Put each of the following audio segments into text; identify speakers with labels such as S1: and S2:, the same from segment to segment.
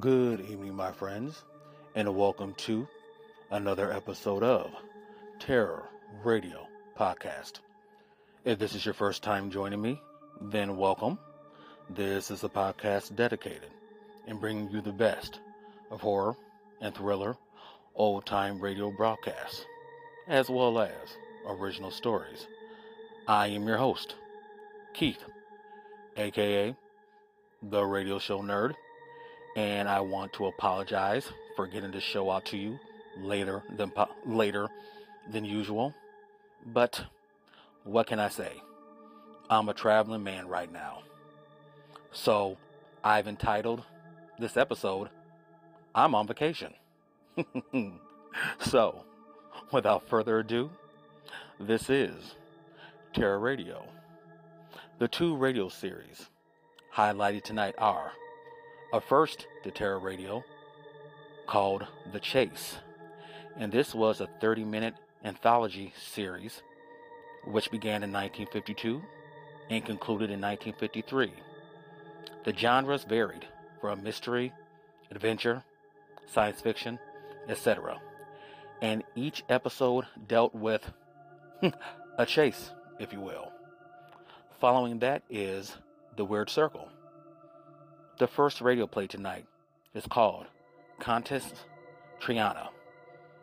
S1: Good evening, my friends, and welcome to another episode of Terror Radio Podcast. If this is your first time joining me, then welcome. This is a podcast dedicated in bringing you the best of horror and thriller old time radio broadcasts, as well as original stories. I am your host, Keith, aka The Radio Show Nerd and I want to apologize for getting this show out to you later than po- later than usual. But what can I say? I'm a traveling man right now. So, I've entitled this episode I'm on vacation. so, without further ado, this is Terror Radio. The two radio series highlighted tonight are a first to Terra Radio called The Chase. And this was a 30 minute anthology series which began in 1952 and concluded in 1953. The genres varied from mystery, adventure, science fiction, etc. And each episode dealt with a chase, if you will. Following that is The Weird Circle. The first radio play tonight is called Contest Triana,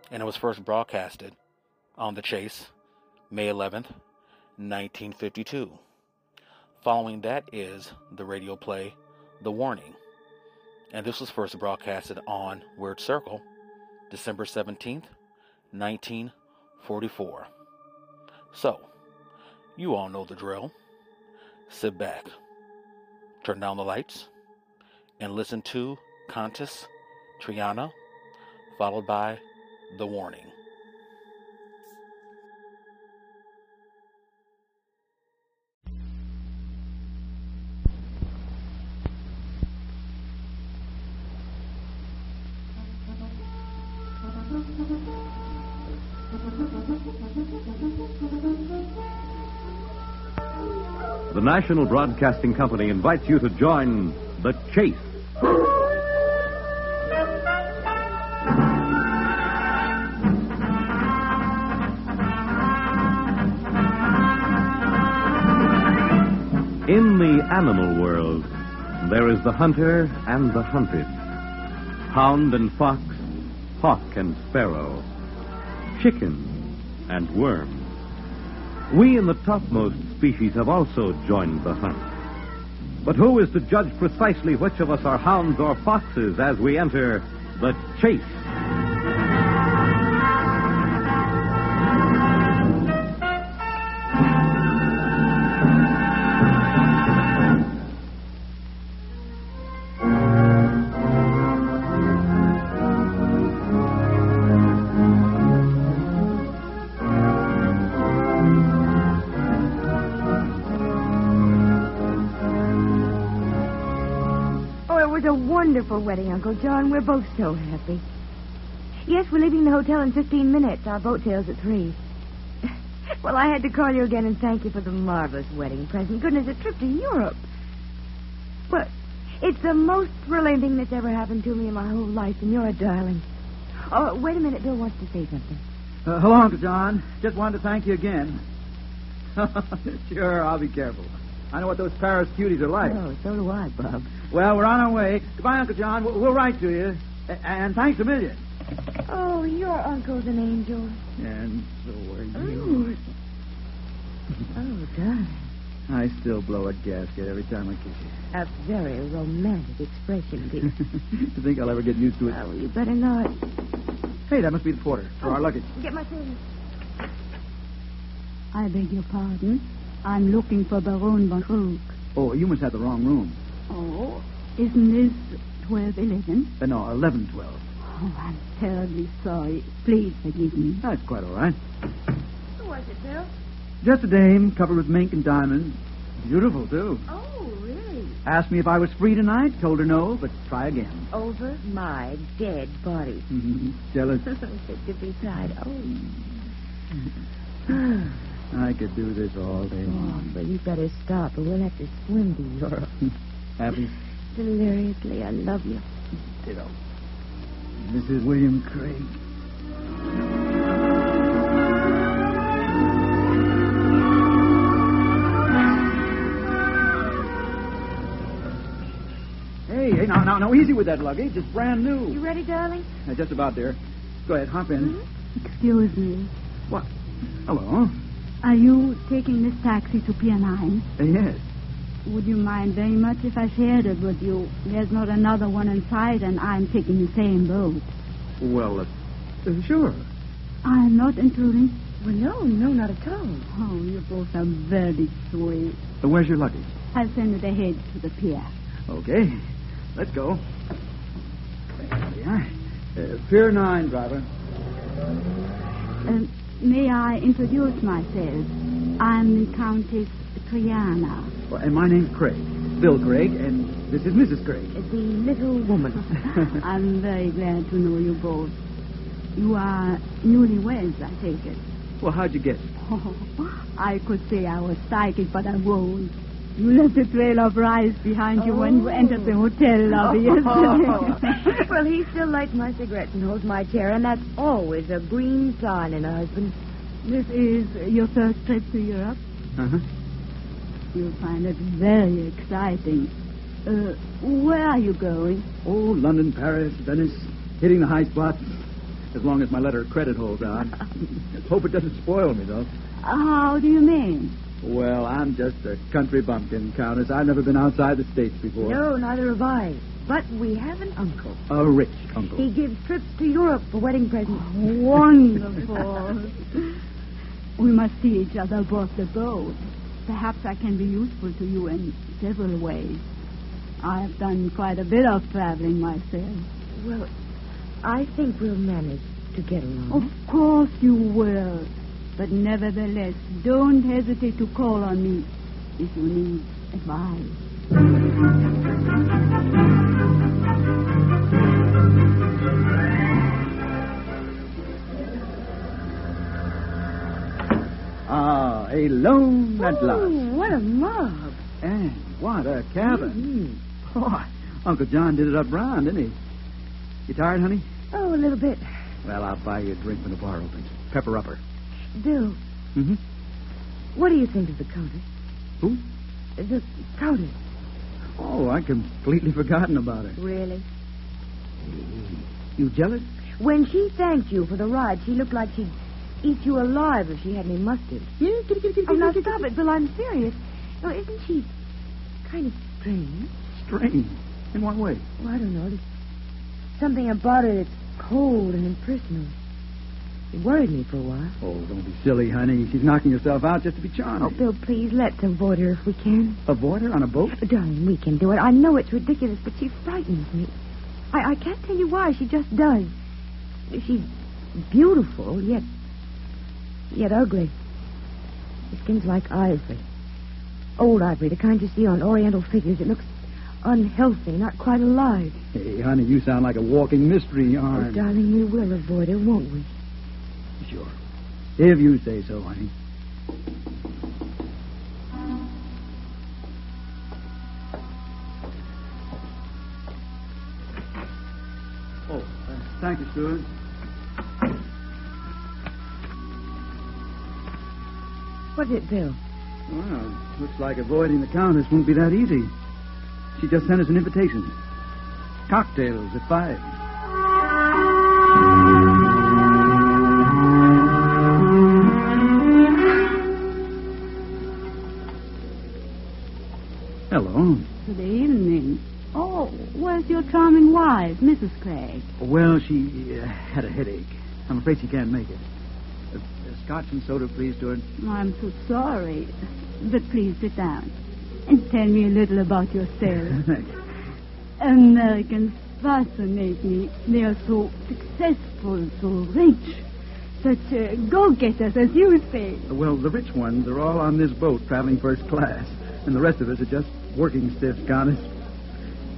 S1: and it was first broadcasted on The Chase May 11th, 1952. Following that is the radio play The Warning, and this was first broadcasted on Weird Circle December 17th, 1944. So, you all know the drill. Sit back, turn down the lights and listen to Countess Triana, followed by The Warning.
S2: The National Broadcasting Company invites you to join The Chase. In the animal world, there is the hunter and the hunted, hound and fox, hawk and sparrow, chicken and worm. We in the topmost species have also joined the hunt. But who is to judge precisely which of us are hounds or foxes as we enter the chase?
S3: Oh, it was a wonderful wedding, Uncle John. We're both so happy. Yes, we're leaving the hotel in 15 minutes. Our boat sails at 3. well, I had to call you again and thank you for the marvelous wedding present. Goodness, a trip to Europe. Well, it's the most thrilling thing that's ever happened to me in my whole life, and you're a darling. Oh, wait a minute. Bill wants to say something.
S4: Uh, hello, Uncle John. Just wanted to thank you again. sure, I'll be careful. I know what those Paris cuties are like.
S3: Oh, so do I, Bob.
S4: Well, we're on our way. Goodbye, Uncle John. We'll, we'll write to you. A- and thanks a million.
S3: Oh, your uncle's an angel.
S4: And so are
S3: Oh,
S5: Mm.
S4: you.
S3: oh darling.
S4: I still blow a gasket every time I kiss
S3: A very romantic expression, dear.
S4: you. to think I'll ever get used to it.
S5: Oh,
S3: well, you better not.
S4: Hey, that must be the porter for our luggage.
S3: Get my things.
S5: I beg your pardon. I'm looking for Baron von Krug.
S4: Oh, you must have the wrong room.
S5: Oh? Isn't this 1211?
S4: Uh, no, eleven twelve.
S5: Oh, I'm terribly sorry. Please forgive me.
S4: That's quite all right.
S3: Who was it, Bill?
S4: Just a dame covered with mink and diamonds. Beautiful too.
S3: Oh, really?
S4: Asked me if I was free tonight. Told her no, but try again.
S3: Over my dead body.
S4: Mhm. Jealous.
S3: Fit to be tied. Oh.
S4: I could do this all day long.
S3: but you better stop, or we'll have to swim to Europe.
S4: Happy?
S3: Deliriously, I love you.
S4: Ditto. This is William Craig. Hey, hey, now, now, now, easy with that luggage. It's brand new.
S3: You ready, darling?
S4: Uh, just about there. Go ahead, hop in.
S5: Excuse me.
S4: What? Hello.
S5: Are you taking this taxi to Pier 9?
S4: Uh, yes.
S5: Would you mind very much if I shared it with you? There's not another one in sight, and I'm taking the same boat.
S4: Well, uh, uh, sure.
S5: I'm not intruding.
S3: Well, no, no, not at all.
S5: Oh, you both are very sweet.
S4: Uh, where's your luggage?
S5: I'll send it ahead to the pier.
S4: Okay. Let's go. There we are. Uh, Pier 9, driver.
S5: Um, may I introduce myself? I'm Countess Triana.
S4: Well, and my name's Craig. Bill Craig, and this is Mrs. Craig.
S3: The little woman.
S5: I'm very glad to know you both. You are newlyweds, I take it.
S4: Well, how'd you guess?
S5: Oh, I could say I was psychic, but I won't. You left a trail of rice behind you when you entered the hotel lobby yesterday.
S3: Oh. well, he still lights my cigarette and holds my chair, and that's always a green sign in a husband.
S5: this is your first trip to Europe.
S4: Uh-huh.
S5: You'll find it very exciting. Uh, where are you going?
S4: Oh, London, Paris, Venice, hitting the high spots. As long as my letter of credit holds out. Hope it doesn't spoil me, though.
S5: How do you mean?
S4: Well, I'm just a country bumpkin, Countess. I've never been outside the States before.
S3: No, neither have I. But we have an uncle.
S4: A rich uncle.
S3: He gives trips to Europe for wedding presents.
S5: Wonderful. we must see each other aboard the boat. Perhaps I can be useful to you in several ways. I've done quite a bit of traveling myself.
S3: Well, I think we'll manage to
S5: Of
S3: get along.
S5: course you will. But nevertheless, don't hesitate to call on me if you need advice.
S4: Ah, alone at last.
S3: Ooh, what a mob.
S4: And what a cabin.
S3: Mm-hmm.
S4: Boy, Uncle John did it up round, didn't he? You tired, honey?
S3: Oh, a little bit.
S4: Well, I'll buy you a drink when the bar opens. Pepper upper.
S3: Bill,
S4: Mm-hmm.
S3: what do you think of the countess?
S4: Who?
S3: The countess.
S4: Oh, I completely forgotten about her.
S3: Really?
S4: You jealous?
S3: When she thanked you for the ride, she looked like she'd eat you alive if she had any mustard. Oh, now stop it, Bill. I'm serious. Oh, isn't she kind of strange?
S4: Strange. In what way?
S3: Well, I don't know. There's something about her that's cold and impersonal. It worried me for a while.
S4: Oh, don't be silly, honey. She's knocking herself out just to be
S3: Oh,
S4: charming.
S3: Bill, please, let's avoid her if we can.
S4: Avoid her on a boat?
S3: Oh, darling, we can do it. I know it's ridiculous, but she frightens me. I, I can't tell you why. She just does. She's beautiful, yet yet ugly. Her skin's like ivory. Old ivory, the kind you see on Oriental figures. It looks unhealthy, not quite alive.
S4: Hey, honey, you sound like a walking mystery
S3: Oh,
S4: yarn.
S3: darling, we will avoid her, won't we?
S4: Sure. If you say so, honey. Oh, uh, thank you, Stuart.
S3: What's it, Bill?
S4: Well, looks like avoiding the countess won't be that easy. She just sent us an invitation. Cocktails at five. Hello.
S5: Good evening. Oh, where's your charming wife, Mrs. Craig?
S4: Well, she uh, had a headache. I'm afraid she can't make it. Uh, uh, scotch and soda, please, Stuart.
S5: I'm so sorry. But please sit down and tell me a little about yourself.
S4: Thanks.
S5: Americans fascinate me. They are so successful, so rich, such uh, go-getters, as you say.
S4: Well, the rich ones are all on this boat traveling first class, and the rest of us are just working stiffs, Countess.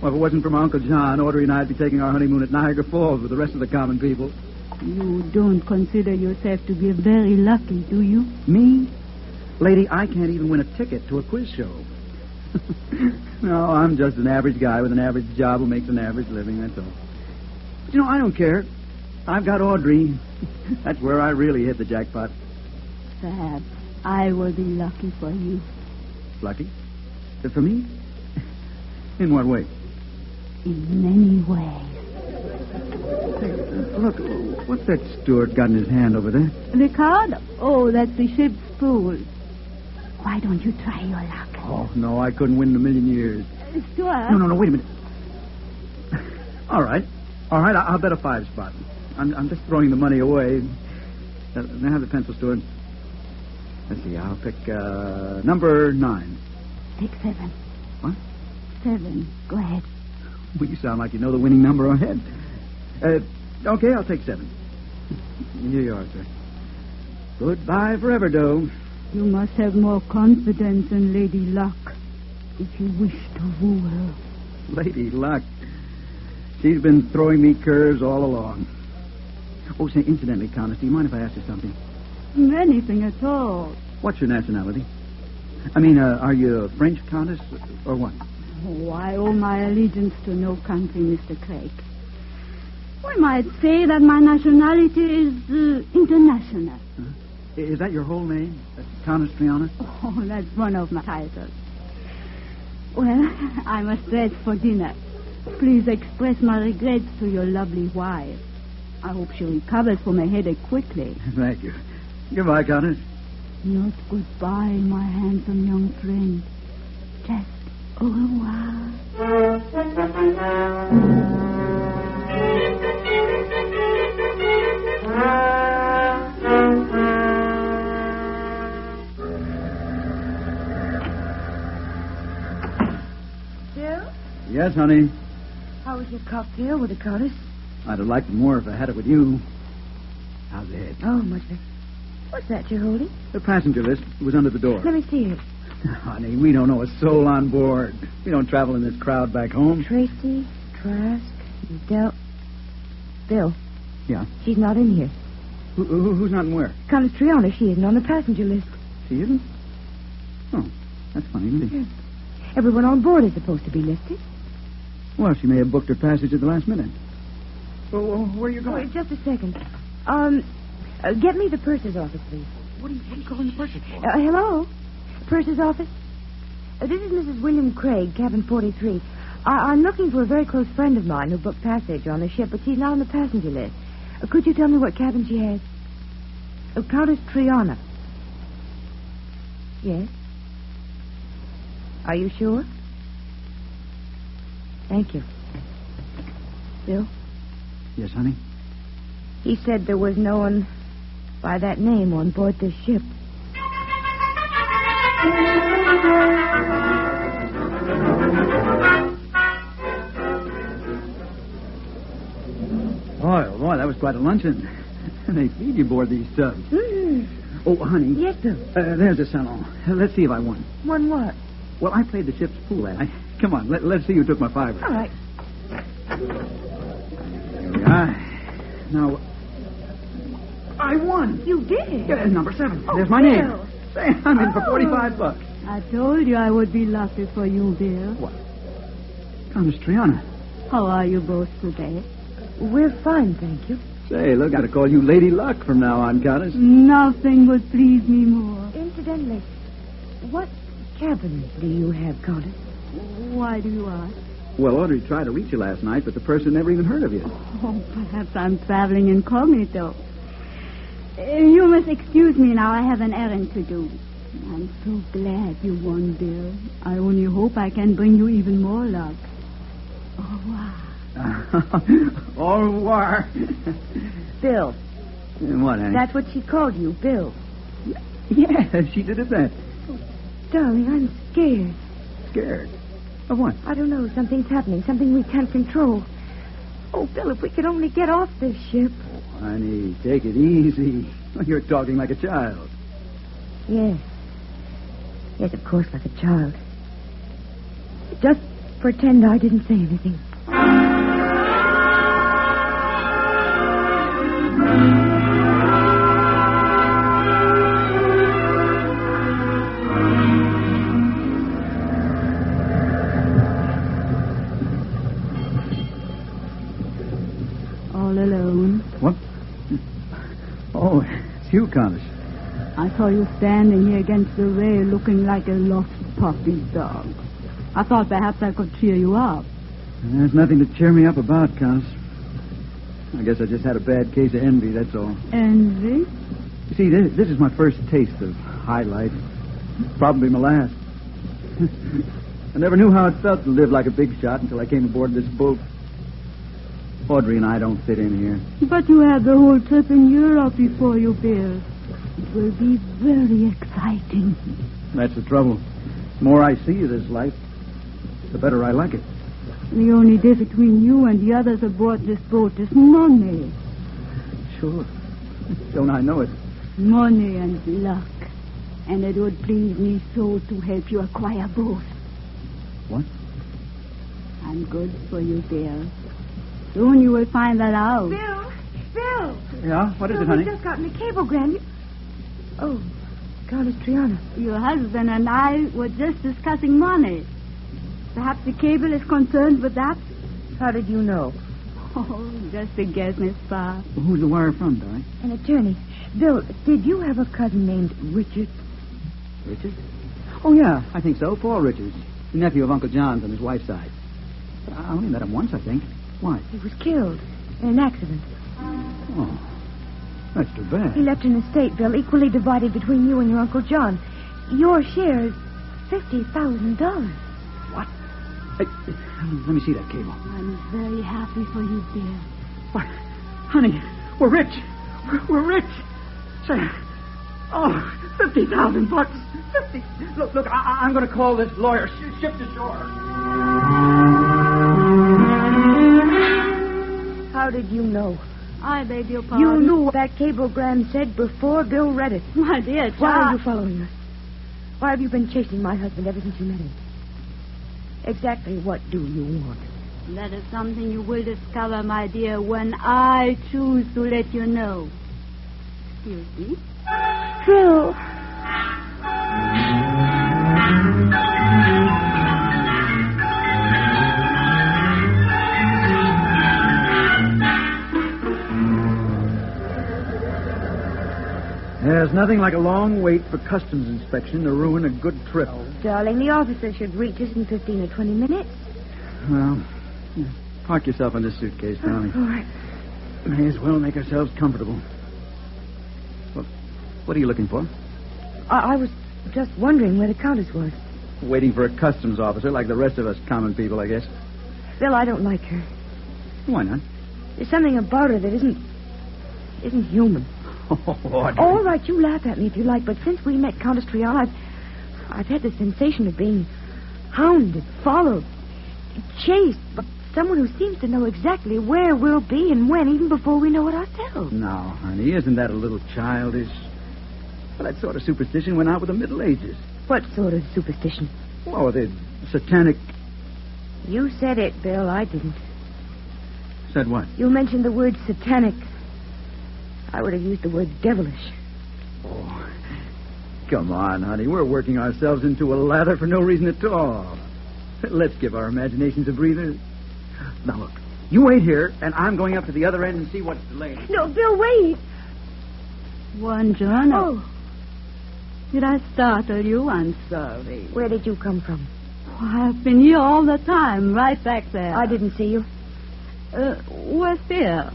S4: Well, if it wasn't for my Uncle John, Audrey and I'd be taking our honeymoon at Niagara Falls with the rest of the common people.
S5: You don't consider yourself to be very lucky, do you?
S4: Me? Lady, I can't even win a ticket to a quiz show. no, I'm just an average guy with an average job who makes an average living, that's all. But, you know, I don't care. I've got Audrey. That's where I really hit the jackpot.
S5: Fab, I will be lucky for you.
S4: Lucky. But for me? In what way?
S5: In many ways.
S4: Look, what's that Stuart got in his hand over there?
S5: Ricardo? Oh, that's the ship's spool. Why don't you try your luck?
S4: Oh, no, I couldn't win in a million years.
S5: Stuart?
S4: No, no, no, wait a minute. All right. All right, I- I'll bet a five spot. I'm, I'm just throwing the money away. Uh, Now have the pencil, Stuart. Let's see, I'll pick uh, number nine.
S5: Pick seven.
S4: What?
S5: Seven. Go ahead.
S4: Well, you sound like you know the winning number ahead. Uh, okay, I'll take seven. Here you are, sir. Goodbye forever, Doe.
S5: You must have more confidence in Lady Luck if you wish to woo her.
S4: Lady Luck. She's been throwing me curves all along. Oh, say, incidentally, Constance, do you mind if I ask you something?
S5: Anything at all.
S4: What's your nationality? I mean, uh, are you a French countess or what?
S5: Oh, I owe my allegiance to no country, Mr. Craig. We might say that my nationality is uh, international.
S4: I- Is that your whole name? That's Countess Triana?
S5: Oh, that's one of my titles. Well, I must dress for dinner. Please express my regrets to your lovely wife. I hope she recovers from a headache quickly.
S4: Thank you. Goodbye, Countess.
S5: Not goodbye, my handsome young friend. Just au revoir.
S3: Bill,
S4: Yes, honey.
S3: how was your cocktail with the Curtis?
S4: I'd have liked it more if I had it with you. How's the head?
S3: Oh, much better. What's that you're holding?
S4: The passenger list was under the door.
S3: Let me see it.
S4: Honey, we don't know a soul on board. We don't travel in this crowd back home.
S3: Tracy, Trask, Del. Bill.
S4: Yeah.
S3: She's not in here.
S4: Who, who, who's not and where?
S3: Comes Triana, she isn't on the passenger list.
S4: She isn't? Oh, that's funny, isn't it?
S3: Everyone on board is supposed to be listed.
S4: Well, she may have booked her passage at the last minute. Well, where are you
S3: Oh, just a second. Um, uh, get me the purser's office, please.
S4: What are you, what are you calling the person for?
S3: Uh, hello? Purser's office? Uh, this is Mrs. William Craig, cabin 43. I- I'm looking for a very close friend of mine who booked passage on the ship, but she's not on the passenger list. Uh, could you tell me what cabin she has? Uh, Countess Triana. Yes? Are you sure? Thank you. Bill?
S4: Yes, honey.
S3: He said there was no one by that name on board this ship.
S4: Oh, boy, that was quite a luncheon. they feed you aboard these tubs.
S3: Mm.
S4: Oh, honey.
S3: Yes, Bill.
S4: Uh, there's the salon. Uh, Let's see if I won.
S3: One what?
S4: Well, I played the ship's pool, and I... Come on, let, let's see who took my fiver.
S3: All right.
S4: Here we are. Ah, Now... I won!
S3: You did?
S4: Yeah, uh, number seven.
S3: Oh,
S4: there's my name.
S3: Bill.
S4: Say, I'm in for
S3: Oh.
S4: 45 bucks.
S5: I told you I would be lucky for you, Bill.
S4: Countess Triana.
S5: How are you both today?
S3: We're fine, thank you.
S4: Say, look, gotta call you Lady Luck from now on, Countess.
S5: Nothing would please me more.
S3: Incidentally, what cabin do you have, Countess?
S5: Why do you ask?
S4: Well, Audrey tried to reach you last night, but the person never even heard of you.
S5: Oh, perhaps I'm traveling incognito. Uh, You must excuse me now. I have an errand to do. I'm so glad you won, Bill. I only hope I can bring you even more luck. Oh, wow.
S4: Au revoir.
S3: Bill.
S4: what, Annie?
S3: That's what she called you, Bill.
S4: Yeah, she did it that.
S3: Darling, I'm scared.
S4: Scared. Of what?
S3: I don't know. Something's happening. Something we can't control. Oh, Bill, if we could only get off this ship.
S4: Honey, take it easy. You're talking like a child.
S3: Yes. Yes, of course, like a child. Just pretend I didn't say anything.
S5: alone.
S4: What? Oh, it's you, Connish.
S5: I saw you standing here against the rail looking like a lost puppy dog. I thought perhaps I could cheer you up.
S4: There's nothing to cheer me up about, Connish. I guess I just had a bad case of envy, that's all.
S5: Envy?
S4: You see, this, this is my first taste of high life. Probably my last. I never knew how it felt to live like a big shot until I came aboard this boat. Audrey and I don't fit in here.
S5: But you had the whole trip in Europe before you, Bill. It will be very exciting.
S4: That's the trouble. The more I see of this life, the better I like it.
S5: The only difference between you and the others aboard this boat is money.
S4: Sure. don't I know it?
S5: Money and luck. And it would please me so to help you acquire both.
S4: What?
S5: I'm good for you, Bill. Soon you will find that out.
S3: Bill! Uh, Bill!
S4: Yeah? What is
S3: Bill,
S4: it, honey?
S3: We've just gotten a cablegram. You... Oh, God, it's Triana.
S5: Your husband and I were just discussing money. Perhaps the cable is concerned with that?
S3: How did you know?
S5: Oh, just a guess, Miss Barr.
S4: Who's the wire from, Di?
S3: An attorney. Bill, did you have a cousin named Richard?
S4: Richard? Oh, yeah, I think so. Paul Richards. The nephew of Uncle John's on his wife's side. But I only met him once, I think. Why?
S3: He was killed in an accident.
S4: Oh, that's too
S3: He
S4: bad.
S3: left an estate, Bill, equally divided between you and your Uncle John. Your share is $50,000.
S4: Hey, let me see that cable.
S5: I'm very happy for you, dear.
S4: Why, honey, we're rich. We're, we're rich. Say, oh, 50,000 bucks. 50. Look, look, I, I'm going to call this lawyer. Sh- ship to shore.
S3: How did you know?
S5: I beg your pardon.
S3: You knew what that cablegram said before Bill read it.
S5: My dear
S3: Why are
S5: child.
S3: you following us? Why have you been chasing my husband ever since you met him? Exactly what do you want?
S5: That is something you will discover, my dear, when I choose to let you know. Excuse me?
S3: Bill.
S4: There's nothing like a long wait for customs inspection to ruin a good trip.
S3: Darling, the officer should reach us in 15 or 20 minutes.
S4: Well, yeah, park yourself in this suitcase, Tommy.
S3: All right.
S4: May as well make ourselves comfortable. What, what are you looking for?
S3: I, I was just wondering where the countess was.
S4: Waiting for a customs officer like the rest of us common people, I guess.
S3: Bill, I don't like her.
S4: Why not?
S3: There's something about her that isn't. isn't human.
S4: Oh,
S3: All right, you laugh at me if you like, but since we met Countess Triana, I've, I've had the sensation of being hounded, followed, chased by someone who seems to know exactly where we'll be and when, even before we know it ourselves.
S4: Now, honey, isn't that a little childish? Well, that sort of superstition went out with the Middle Ages.
S3: What sort of superstition?
S4: Well, the satanic
S3: You said it, Bill. I didn't.
S4: said what?
S3: You mentioned the word satanic. I would have used the word devilish.
S4: Oh, come on, honey. We're working ourselves into a lather for no reason at all. Let's give our imaginations a breather. Now look, you wait here, and I'm going up to the other end and see what's delayed.
S3: No, Bill, wait.
S5: One journal.
S3: Oh,
S5: Did I startle you? I'm sorry.
S3: where did you come from?
S5: Why, I've been here all the time, right back there.
S3: I didn't see you.
S5: Uh, where's Bill?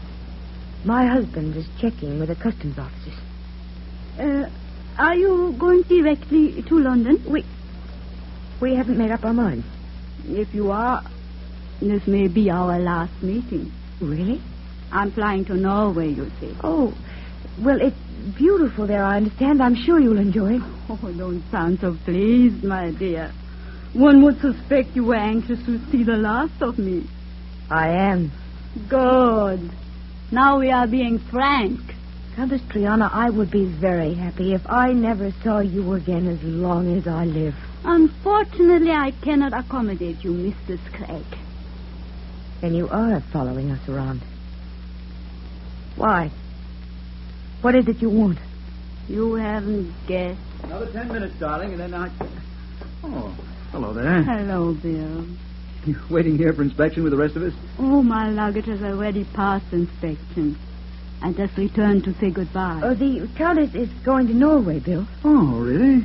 S3: My husband is checking with the customs officers.
S5: Uh, are you going directly to London?
S3: We we haven't made up our minds.
S5: If you are, this may be our last meeting.
S3: Really?
S5: I'm flying to Norway, you see.
S3: Oh, well, it's beautiful there. I understand. I'm sure you'll enjoy it.
S5: Oh, don't sound so pleased, my dear. One would suspect you were anxious to see the last of me.
S3: I am.
S5: Good. Now we are being frank.
S3: Countess Triana, I would be very happy if I never saw you again as long as I live.
S5: Unfortunately, I cannot accommodate you, Mrs. Craig.
S3: Then you are following us around. Why? What is it you want?
S5: You haven't guessed.
S4: Another ten minutes, darling, and then I. Oh, hello there.
S5: Hello, Bill.
S4: You waiting here for inspection with the rest of us?
S5: All my luggage has already passed inspection. I just returned to say goodbye.
S3: Oh, the Countess is going to Norway, Bill.
S4: Oh, really?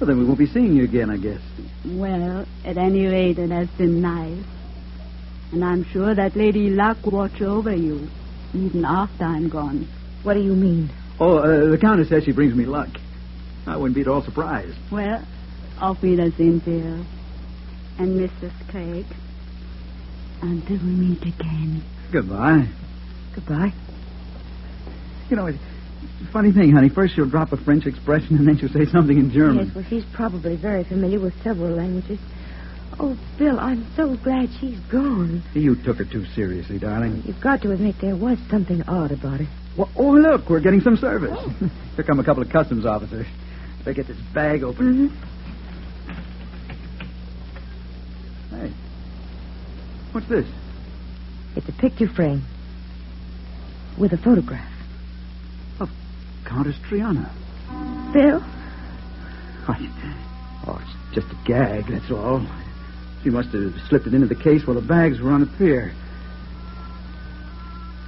S4: Well, then we won't be seeing you again, I guess.
S5: Well, at any rate, it has been nice. And I'm sure that Lady Luck will watch over you, even after I'm gone.
S3: What do you mean?
S4: Oh, uh, the Countess says she brings me luck. I wouldn't be at all surprised.
S5: Well, auf Wiedersehen, dear. And Mrs. Craig. Until we meet again.
S4: Goodbye.
S3: Goodbye.
S4: You know, it's it's a funny thing, honey. First she'll drop a French expression, and then she'll say something in German.
S3: Yes, well, she's probably very familiar with several languages. Oh, Bill, I'm so glad she's gone.
S4: You took it too seriously, darling.
S3: You've got to admit there was something odd about it.
S4: Well, oh, look, we're getting some service. Here come a couple of customs officers. They get this bag open. Hey, what's this?
S3: It's a picture frame with a photograph.
S4: Countess Triana.
S3: Bill?
S4: Oh, it's just a gag, that's all. She must have slipped it into the case while the bags were on the pier.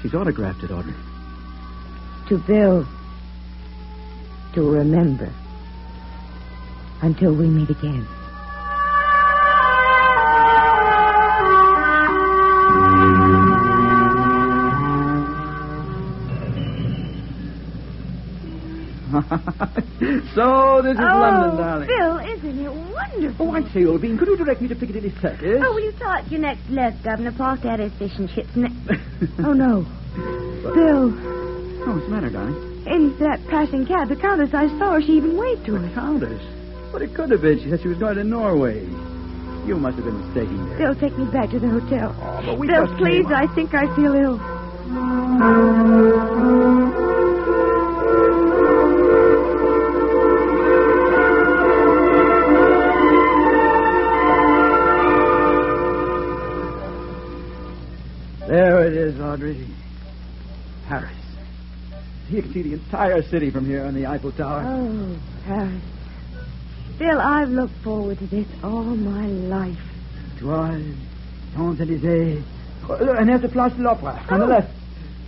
S4: She's autographed it, Audrey.
S3: To Bill. To remember. Until we meet again.
S4: so,
S3: Oh,
S4: this is London, darling.
S3: Bill, isn't it wonderful?
S4: Oh, I say, old bean, could you direct me to Piccadilly Circus?
S3: Oh, will you start your next left, Governor? Past that air station ship's ne- Oh, no. Bill,
S4: Oh, what's the matter, darling?
S3: it's that passing cab. The Countess, I saw her. She even waved to
S4: The
S3: us.
S4: Countess. But it could have been. She said she was going to Norway. You must have been mistaken there.
S3: Bill, take me back to the hotel.
S4: Oh, but we
S3: Bill,
S4: just
S3: please,
S4: came-
S3: I think I feel ill.
S4: There it is, Audrey. Paris. You can see the entire city from here on the Eiffel Tower.
S3: Oh, Paris. Bill, I've looked forward to this all my life. Uh.
S4: Étoile, Champs-Élysées, Oh, and there's the Place de l'Opera on the
S3: Oh.
S4: left.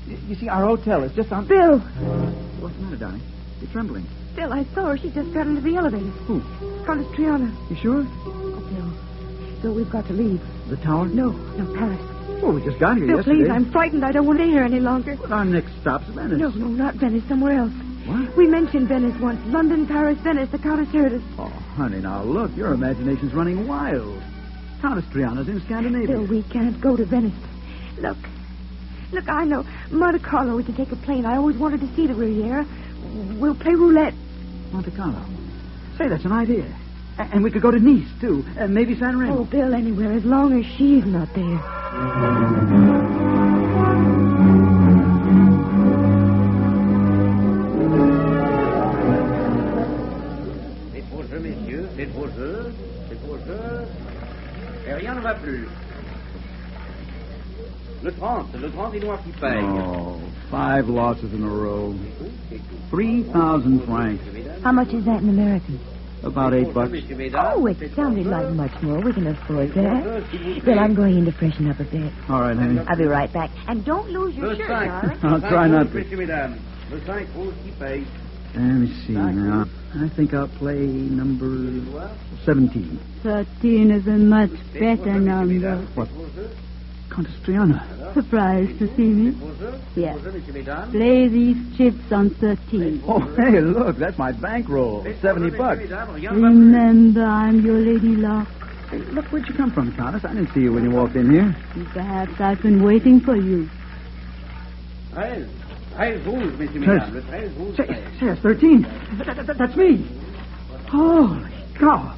S4: Y- You see, our hotel is just on...
S3: Bill!
S4: What's the matter, darling? You're trembling.
S3: Bill, I saw her. She just got into the elevator.
S4: Who?
S3: Countess Triana.
S4: You sure?
S3: Oh, Bill. Bill, we've got to leave.
S4: The tower?
S3: No, no, Paris.
S4: Well, we just got here
S3: Oh, Bill,
S4: yesterday.
S3: please, I'm frightened. I don't want to stay here any longer.
S4: But our next stop's Venice.
S3: No, no, not Venice, somewhere else.
S4: What?
S3: We mentioned Venice once. London, Paris, Venice. The Countess heard us.
S4: Oh, honey, now look, your imagination's running wild. Countess Triana's in Scandinavia.
S3: Bill, we can't go to Venice. Look. Look, I know. Monte Carlo, we can take a plane. I always wanted to see the Riviera. We'll play roulette.
S4: Monte Carlo. Say, that's an idea. A- And we could go to Nice, too, and maybe San
S3: Oh,
S4: Remo.
S3: Bill, anywhere, as long as she's not there.
S6: C'est pour eux, messieurs, c'est pour eux, c'est pour eux. Et rien ne va plus. Le 30, le 30, il nous un petit paye.
S4: Oh, five losses in a row.
S6: Écoute, écoute.
S4: 3,000 francs.
S6: Mesdames,
S3: How much is that in American?
S4: About eight bucks.
S6: messieurs, mesdames,
S3: Oh, it
S6: c'est pour
S3: sounded
S6: eux.
S3: like much more. We can afford that. Bill, I'm going in to freshen up a bit.
S4: All right, honey.
S3: I'll be right back. And don't lose your
S6: Le
S3: shirt,
S6: 5.
S3: darling.
S4: I'll
S6: Le
S4: try
S6: 5
S4: not
S6: rouge,
S4: to.
S6: Messieurs, mesdames, le 5 rouge qui paye.
S4: Let me see now. I think I'll play number 17.
S5: Thirteen is a much
S6: C'est pour
S5: better
S6: eux, messieurs,
S3: um,
S6: mesdames,
S5: number.
S6: c'est
S4: What?
S6: pour
S3: uh,
S6: eux,
S4: Countess Triana.
S5: Surprised to see me?
S6: pour eux,
S5: Yes.
S6: pour eux, messieurs, mesdames.
S5: Play these chips on thirteen.
S4: Oh, hey, look, that's my bankroll.
S6: C'est pour eux,
S4: 70
S6: messieurs,
S4: bucks. Hmm.
S6: mesdames, rien ne va plus.
S5: Remember, I'm your Lady Luck.
S4: Hey, look, where'd you come from, Countess? I didn't see you when you walked in here.
S5: Perhaps I've been waiting for you.
S6: 13, 13 rouge, messieurs,
S4: Treize.
S6: mesdames, le 13 rouge
S4: Say,
S6: paye.
S4: say, it's 13. That- that- that- that's me. Holy cow.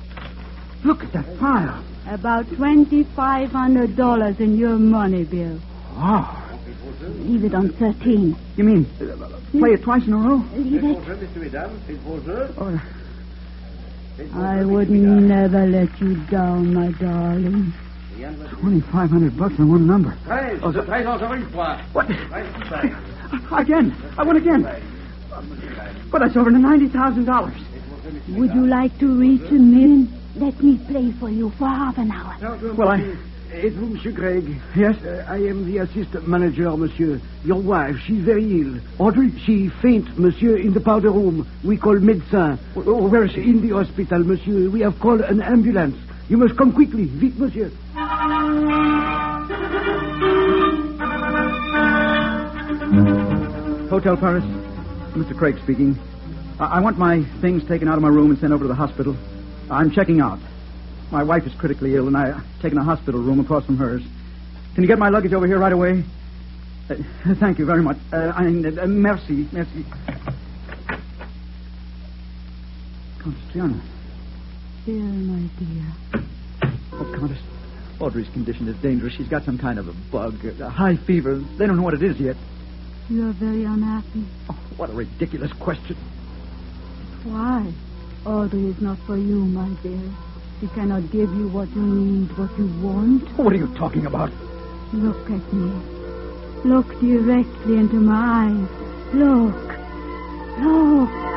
S4: Look at that pile.
S5: About $2,500 in your money, Bill.
S4: Wow.
S5: Leave it on 13.
S4: You mean uh, play it twice in a row?
S5: Leave
S6: C'est
S5: it.
S6: pour eux, messieurs, mesdames, c'est pour eux,
S4: Oh,
S6: c'est pour
S5: I
S6: eux,
S5: would
S6: messieurs, mesdames.
S5: never let you down, my darling.
S6: Rien ne va plus.
S4: 2,500 bucks on one number.
S6: 13,
S4: Oh,
S6: le 13 encore une fois.
S4: What?
S6: 13 qui paye.
S4: Again. I won again. But that's over to $90,000.
S5: Would you like to reach a million? Let me play for you for half an hour.
S4: Well, I,
S7: Êtes-vous Monsieur Gregg?
S4: Yes?
S7: Uh, I am the assistant manager, Monsieur. Your wife, she's very ill. Audrey, she faint, Monsieur, in the powder room. We call medicin. Oh, where is she? In the hospital, Monsieur. We have called an ambulance. You must come quickly, vite, Monsieur.
S4: Hotel Paris. Mr. Craig speaking. I-, I want my things taken out of my room and sent over to the hospital. I'm checking out. My wife is critically ill, and I've taken a hospital room across from hers. Can you get my luggage over here right away? Uh, thank you very much. Uh, I mean, uh, merci, merci. Constantiana.
S5: Dear, my dear.
S4: Oh, Countess, Audrey's condition is dangerous. She's got some kind of a bug, a high fever. They don't know what it is yet.
S5: You are very unhappy.
S4: Oh, what a ridiculous question.
S5: Why? Audrey is not for you, my dear. She cannot give you what you need, what you want.
S4: What are you talking about?
S5: Look at me. Look directly into my eyes. Look. Look.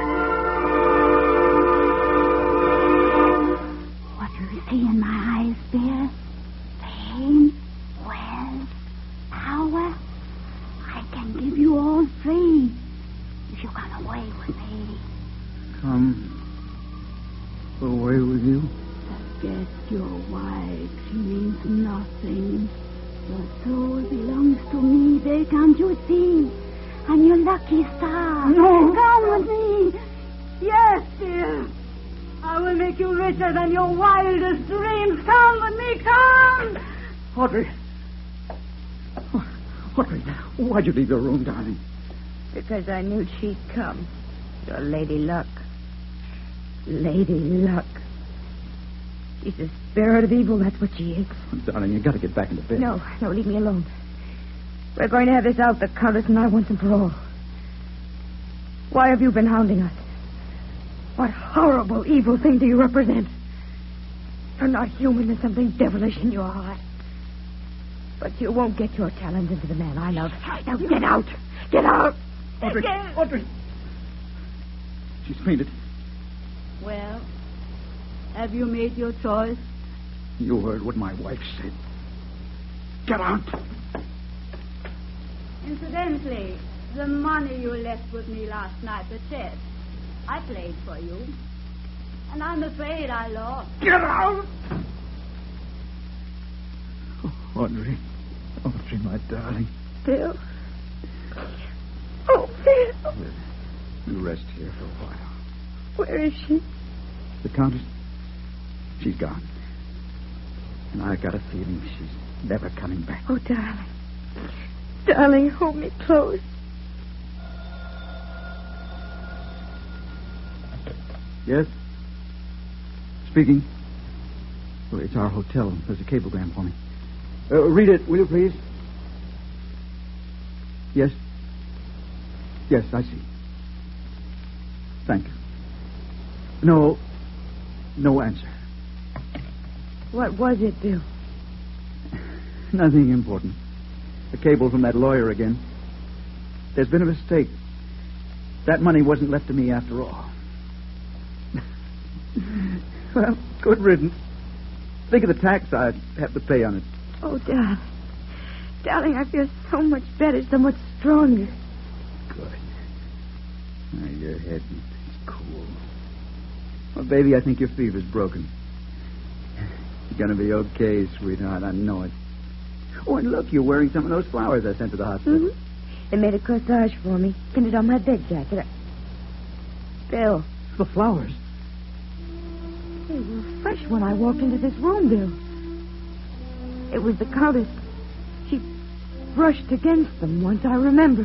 S5: What do you see in my eyes, dear? Pain? Wealth? Power? I can give you all three. If you come away with me,
S4: Come away with you.
S5: forget your wife. She means nothing. Your soul belongs to me, dear, can't you see? I'm your lucky star. No. Come with me.
S3: Yes, dear. I will make you richer than your wildest dreams. Come with me, come.
S4: Audrey. Oh, Audrey, why'd you leave your room, darling?
S3: Because I knew she'd come. Your Lady Luck. Lady Luck. She's the spirit of evil, that's what she is.
S4: Darling, you got to get back into bed.
S3: No, no, leave me alone. We're going to have this out, the Countess and I, once and for all. Why have you been hounding us? What horrible, evil thing do you represent? You're not human, there's something devilish in your heart. But you won't get your talent into the man I love. Now get out! Get out!
S4: Audrey,
S3: Get-
S4: Audrey. She's fainted.
S5: Well, have you made your choice?
S4: You heard what my wife said. Get out.
S5: Incidentally, the money you left with me last night at chess, I played for you. And I'm afraid I lost.
S4: Oh, Audrey. Audrey, my darling.
S3: Bill? Oh, Bill!
S4: You rest here for a while.
S3: Where is she?
S4: The Countess? She's gone. And I've got a feeling she's never coming back.
S3: Oh, darling. Darling, hold me close.
S4: Yes? Speaking. Well, it's our hotel. There's a cablegram for me. Uh, read it, will you, please? Yes? Yes, I see. Thank you. No. No answer.
S3: What was it, Bill?
S4: Nothing important. A cable from that lawyer again. There's been a mistake. That money wasn't left to me after all.
S3: Mm-hmm.
S4: well, good riddance. Think of the tax I'd have to pay on it.
S3: Oh, darling. Darling, I feel so much better, so much stronger.
S4: Good. Now your head is cool. Well, baby, I think your fever's broken. You're gonna be okay, sweetheart. I know it. Oh, and look, you're wearing some of those flowers I sent to the hospital.
S3: hmm They made a corsage for me, pinned it on my bed jacket. I... Bill,
S4: The flowers.
S3: they were fresh when I walked into this room, Bill. It was the countess. She brushed against them once, I remember.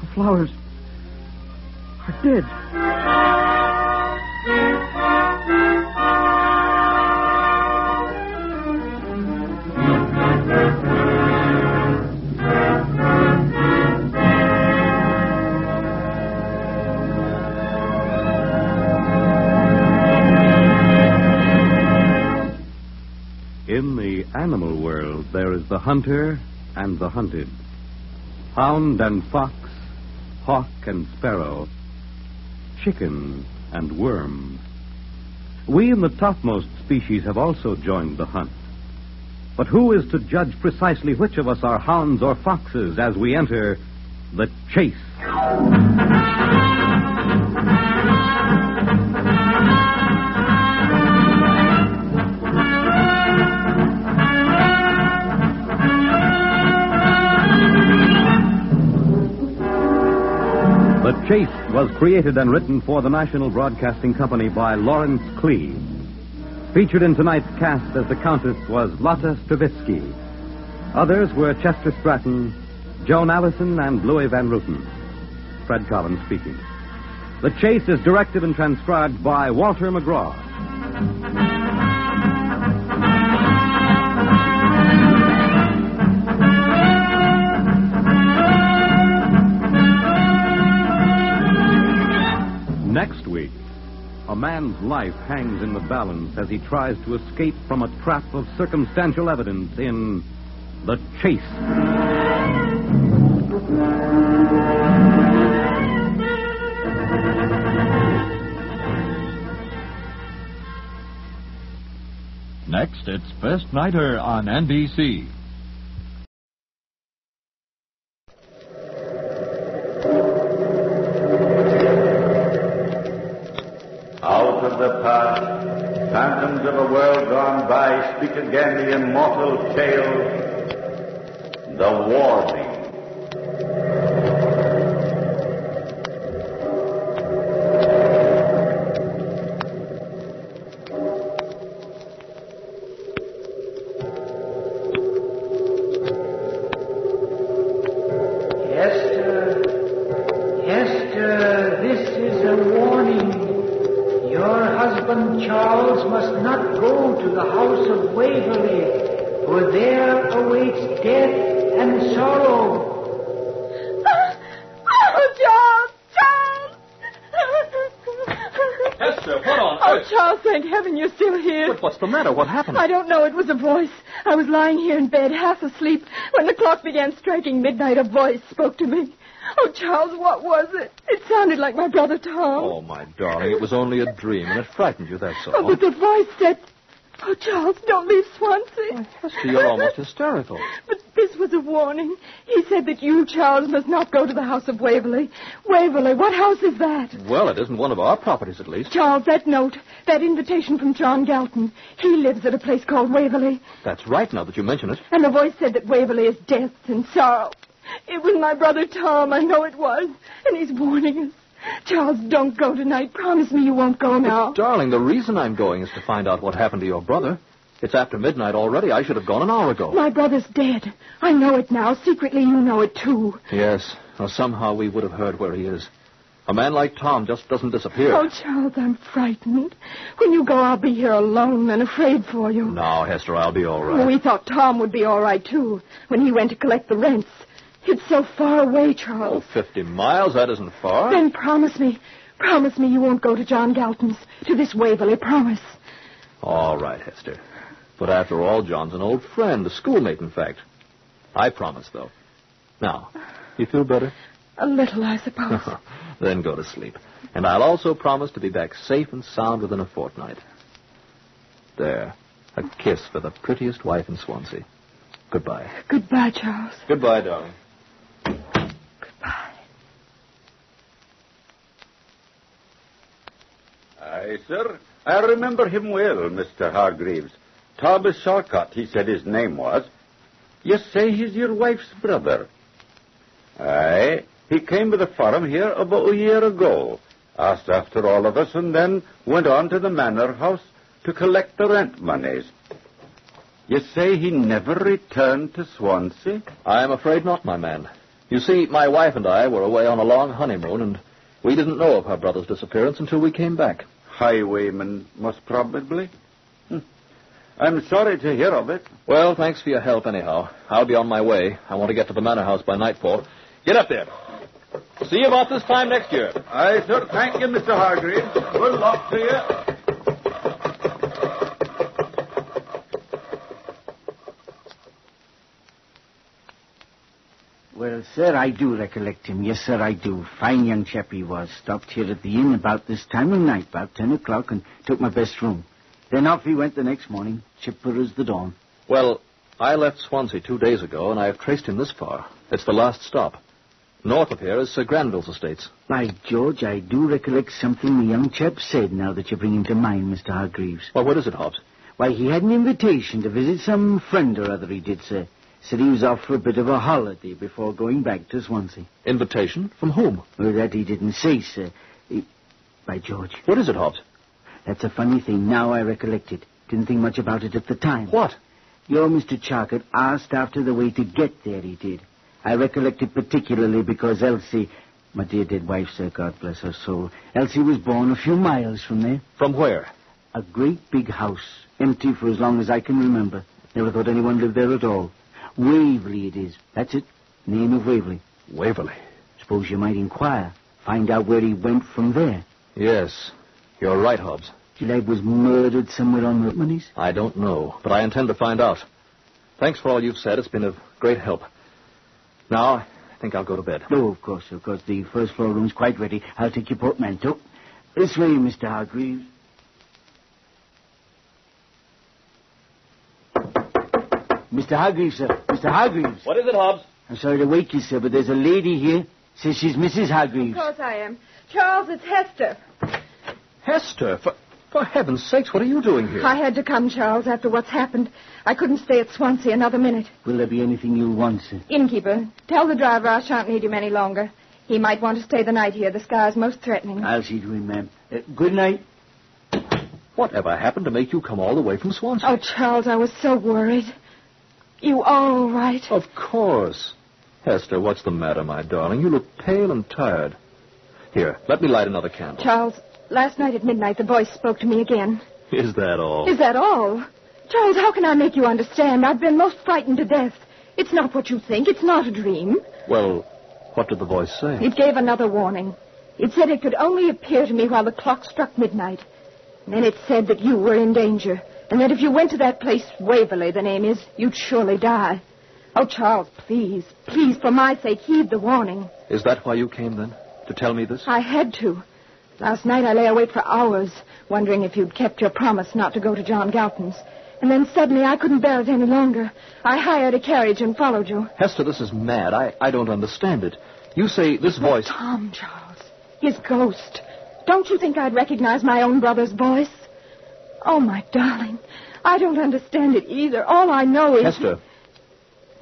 S4: The flowers are dead.
S2: In the animal world, there is the hunter and the hunted, hound and fox, hawk and sparrow, chicken and worm. We in the topmost species have also joined the hunt. But who is to judge precisely which of us are hounds or foxes as we enter the chase? The Chase was created and written for the National Broadcasting Company by Lawrence Clee. Featured in tonight's cast as the Countess was Lotta Stavitsky. Others were Chester Stratton, Joan Allison, and Louis Van Ruten. Fred Collins speaking. The Chase is directed and transcribed by Walter McGraw. Next week, a man's life hangs in the balance as he tries to escape from a trap of circumstantial evidence in The Chase.
S8: Next, it's Best Nighter on NBC.
S9: Out of the past, phantoms of a world gone by, speak again the immortal tale, the warning.
S6: Hester, Hester, this is a warning. Your husband Charles must not go to the house of Waverley, for there awaits death and sorrow.
S10: Oh, Charles! Charles!
S1: Esther, what on
S10: Oh,
S1: earth?
S10: Charles, thank heaven you're still here.
S1: What's the matter? What happened?
S10: I don't know. It was a voice. I was lying here in bed, half asleep, when the clock began striking midnight. A voice spoke to me. Oh, Charles, what was it? It sounded like my brother Tom.
S8: Oh, my darling, it was only a dream, and it frightened you, that's all.
S10: Oh, but the voice said, Oh, Charles, don't leave Swansea.
S8: Esther, you're almost hysterical.
S10: But this was a warning. He said that you, Charles, must not go to the house of Waverley. Waverley, what house is that?
S8: Well, it isn't one of our properties, at least.
S10: Charles, that note, that invitation from John Galton. He lives at a place called Waverley.
S8: That's right, now that you mention it.
S10: And the voice said that Waverley is death and sorrow. It was my brother Tom. I know it was. And he's warning us. Charles, don't go tonight. Promise me you won't go now.
S8: Darling, the reason I'm going is to find out what happened to your brother. It's after midnight already. I should have gone an hour ago.
S10: My brother's dead. I know it now. Secretly, you know it, too.
S8: Yes. Well, somehow we would have heard where he is. A man like Tom just doesn't disappear.
S10: Oh, Charles, I'm frightened. When you go, I'll be here alone and afraid for you.
S8: Now, Hester, I'll be all right.
S10: We thought Tom would be all right, too, when he went to collect the rents. It's so far away,
S8: Oh,
S10: Charles.
S8: 50 miles, that isn't far.
S10: Then promise me, promise me you won't go to John Galton's, to this Waverley, promise.
S8: All right, Hester. But after all, John's an old friend, a schoolmate, in fact. I promise, though. Now, you feel better?
S10: A little, I suppose.
S8: then go to sleep. And I'll also promise to be back safe and sound within a fortnight. There. A kiss for the prettiest wife in Swansea. Goodbye.
S10: Goodbye, Charles.
S8: Goodbye, darling.
S10: Goodbye.
S9: Aye, sir. I remember him well, Mr. Hargreaves. Thomas Shawcott, he said his name was. You say he's your wife's brother. Aye. He came to the farm here about a year ago, asked after all of us, and then went on to the manor house to collect the rent monies. You say he never returned to Swansea?
S8: I'm afraid not, my man. You see, my wife and I were away on a long honeymoon, and we didn't know of her brother's disappearance until we came back.
S9: Highwayman, most probably. Hmm. I'm sorry to hear of it.
S8: Well, thanks for your help, anyhow. I'll be on my way. I want to get to the manor house by nightfall. Get up there. See you about this time next year.
S9: Aye, sir. Thank you, Mr. Hargreaves. Good luck to you.
S6: Well, sir, I do recollect him. Yes, sir, I do. Fine young chap he was. Stopped here at the inn about this time of night, about ten o'clock, and took my best room. Then off he went the next morning, chipper as the dawn.
S8: Well, I left Swansea two days ago, and I've traced him this far. It's the last stop. North of here is Sir Granville's estates.
S11: By George, I do recollect something the young chap said now that you bring him to mind, Mr. Hargreaves.
S8: Well, what is it, Hobbs?
S11: Why, he had an invitation to visit some friend or other he did, sir. Said he was off for a bit of a holiday before going back to Swansea.
S8: Invitation? From whom?
S11: Well, that he didn't say, sir. He- By George.
S8: What is it, Hobbs?
S11: That's a funny thing. Now I recollect it. Didn't think much about it at the time.
S8: What?
S11: Your Mr. Charcott asked after the way to get there, he did. I recollect it particularly because Elsie, my dear dead wife, sir, God bless her soul, Elsie was born a few miles from there.
S8: From where?
S11: A great big house, empty for as long as I can remember. Never thought anyone lived there at all. Waverley it is. That's it. Name of Waverley.
S8: Waverley.
S11: Suppose you might inquire. Find out where he went from there.
S8: Yes. You're right, Hobbs.
S11: Gillette was murdered somewhere on the monies.
S8: I don't know, but I intend to find out. Thanks for all you've said. It's been of great help. Now, I think I'll go to bed.
S11: No, Oh, of course, of course. The first floor room's quite ready. I'll take your portmanteau. This way, Mr. Hargreaves. Mr. Hargreaves, sir. Mr. Hargreaves.
S8: What is it, Hobbs?
S11: I'm sorry to wake you, sir, but there's a lady here. Says she's Mrs.
S10: Of
S11: Hargreaves.
S10: course I am. Charles, it's Hester.
S8: Hester, for, for heaven's sakes, what are you doing here?
S10: I had to come, Charles, after what's happened. I couldn't stay at Swansea another minute.
S11: Will there be anything you want, sir?
S10: Innkeeper, tell the driver I shan't need him any longer. He might want to stay the night here. The sky's most threatening.
S11: I'll see to him, ma'am. Uh, good night.
S8: Whatever happened to make you come all the way from Swansea?
S10: Oh, Charles, I was so worried. You all right?
S8: Of course. Hester, what's the matter, my darling? You look pale and tired. Here, let me light another candle.
S10: Charles, last night at midnight the voice spoke to me again.
S8: Is that all?
S10: Is that all? Charles, how can I make you understand? I've been most frightened to death. It's not what you think. It's not a dream.
S8: Well, what did the voice say?
S10: It gave another warning. It said it could only appear to me while the clock struck midnight. And then it said that you were in danger, and that if you went to that place, Waverley, the name is, you'd surely die. Oh, Charles, please, please, for my sake, heed the warning.
S8: Is that why you came then? To tell me this?
S10: I had to. Last night I lay awake for hours, wondering if you'd kept your promise not to go to John Galton's. And then suddenly I couldn't bear it any longer. I hired a carriage and followed you.
S8: Hester, this is mad. I, I don't understand it. You say this voice.
S10: Tom, Charles. His ghost. Don't you think I'd recognize my own brother's voice? Oh, my darling. I don't understand it either. All I know is.
S8: Hester,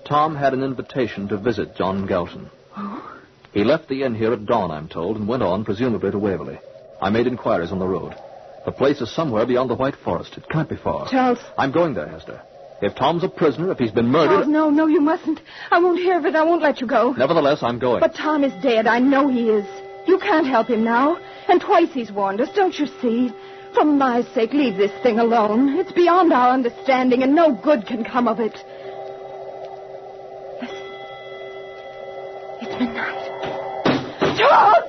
S8: Tom had an invitation to visit John Galton.
S10: Oh,
S8: He left the inn here at dawn, I'm told, and went on, presumably, to Waverley. I made inquiries on the road. The place is somewhere beyond the White Forest. It can't be far.
S10: Charles.
S8: I'm going there, Hester. If Tom's a prisoner, if he's been
S10: Oh,
S8: murdered.
S10: no, no, you mustn't. I won't hear of it. I won't let you go.
S8: Nevertheless, I'm going.
S10: But Tom is dead. I know he is. You can't help him now. And twice he's warned us, don't you see? For my sake, leave this thing alone. It's beyond our understanding, and no good can come of it. Listen. It's midnight. Charles!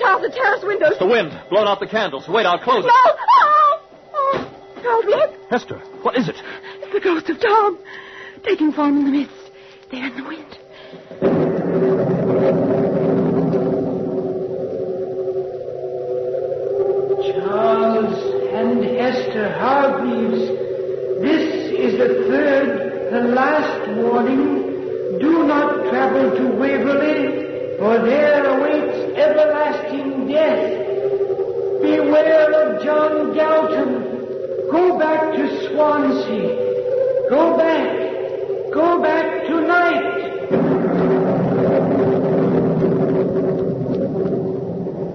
S10: Charles, the terrace windows.
S8: The wind, blown out the candles. Wait, I'll close
S10: No! Oh! oh! Charles, look.
S8: it. Hester, what is it?
S10: It's the ghost of Tom. Taking form in the mist. There in the wind.
S6: Charles and Hester Hargreaves, this is the third, the last warning. Do not travel to Waverley, for there awaits everlasting death. Beware of John Galton. Go back to Swansea. Go back. Go back tonight.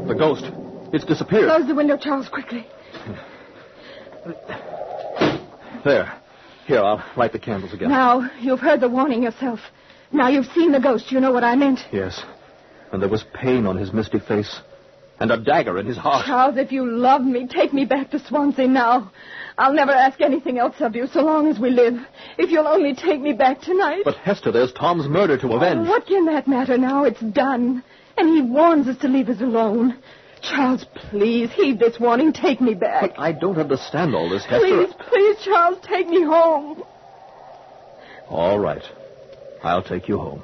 S8: The ghost. It's disappeared.
S10: Close the window, Charles, quickly.
S8: There. Here, I'll light the candles again.
S10: Now, you've heard the warning yourself. Now you've seen the ghost. You know what I meant.
S8: Yes. And there was pain on his misty face, and a dagger in his heart.
S10: Charles, if you love me, take me back to Swansea now. I'll never ask anything else of you so long as we live. If you'll only take me back tonight.
S8: But Hester, there's Tom's murder to avenge.
S10: Oh, What can that matter now? It's done. And he warns us to leave us alone. Charles, please, heed this warning. Take me back.
S8: But I don't understand all this, Hester.
S10: please, please, Charles, take me home.
S8: All right. I'll take you home.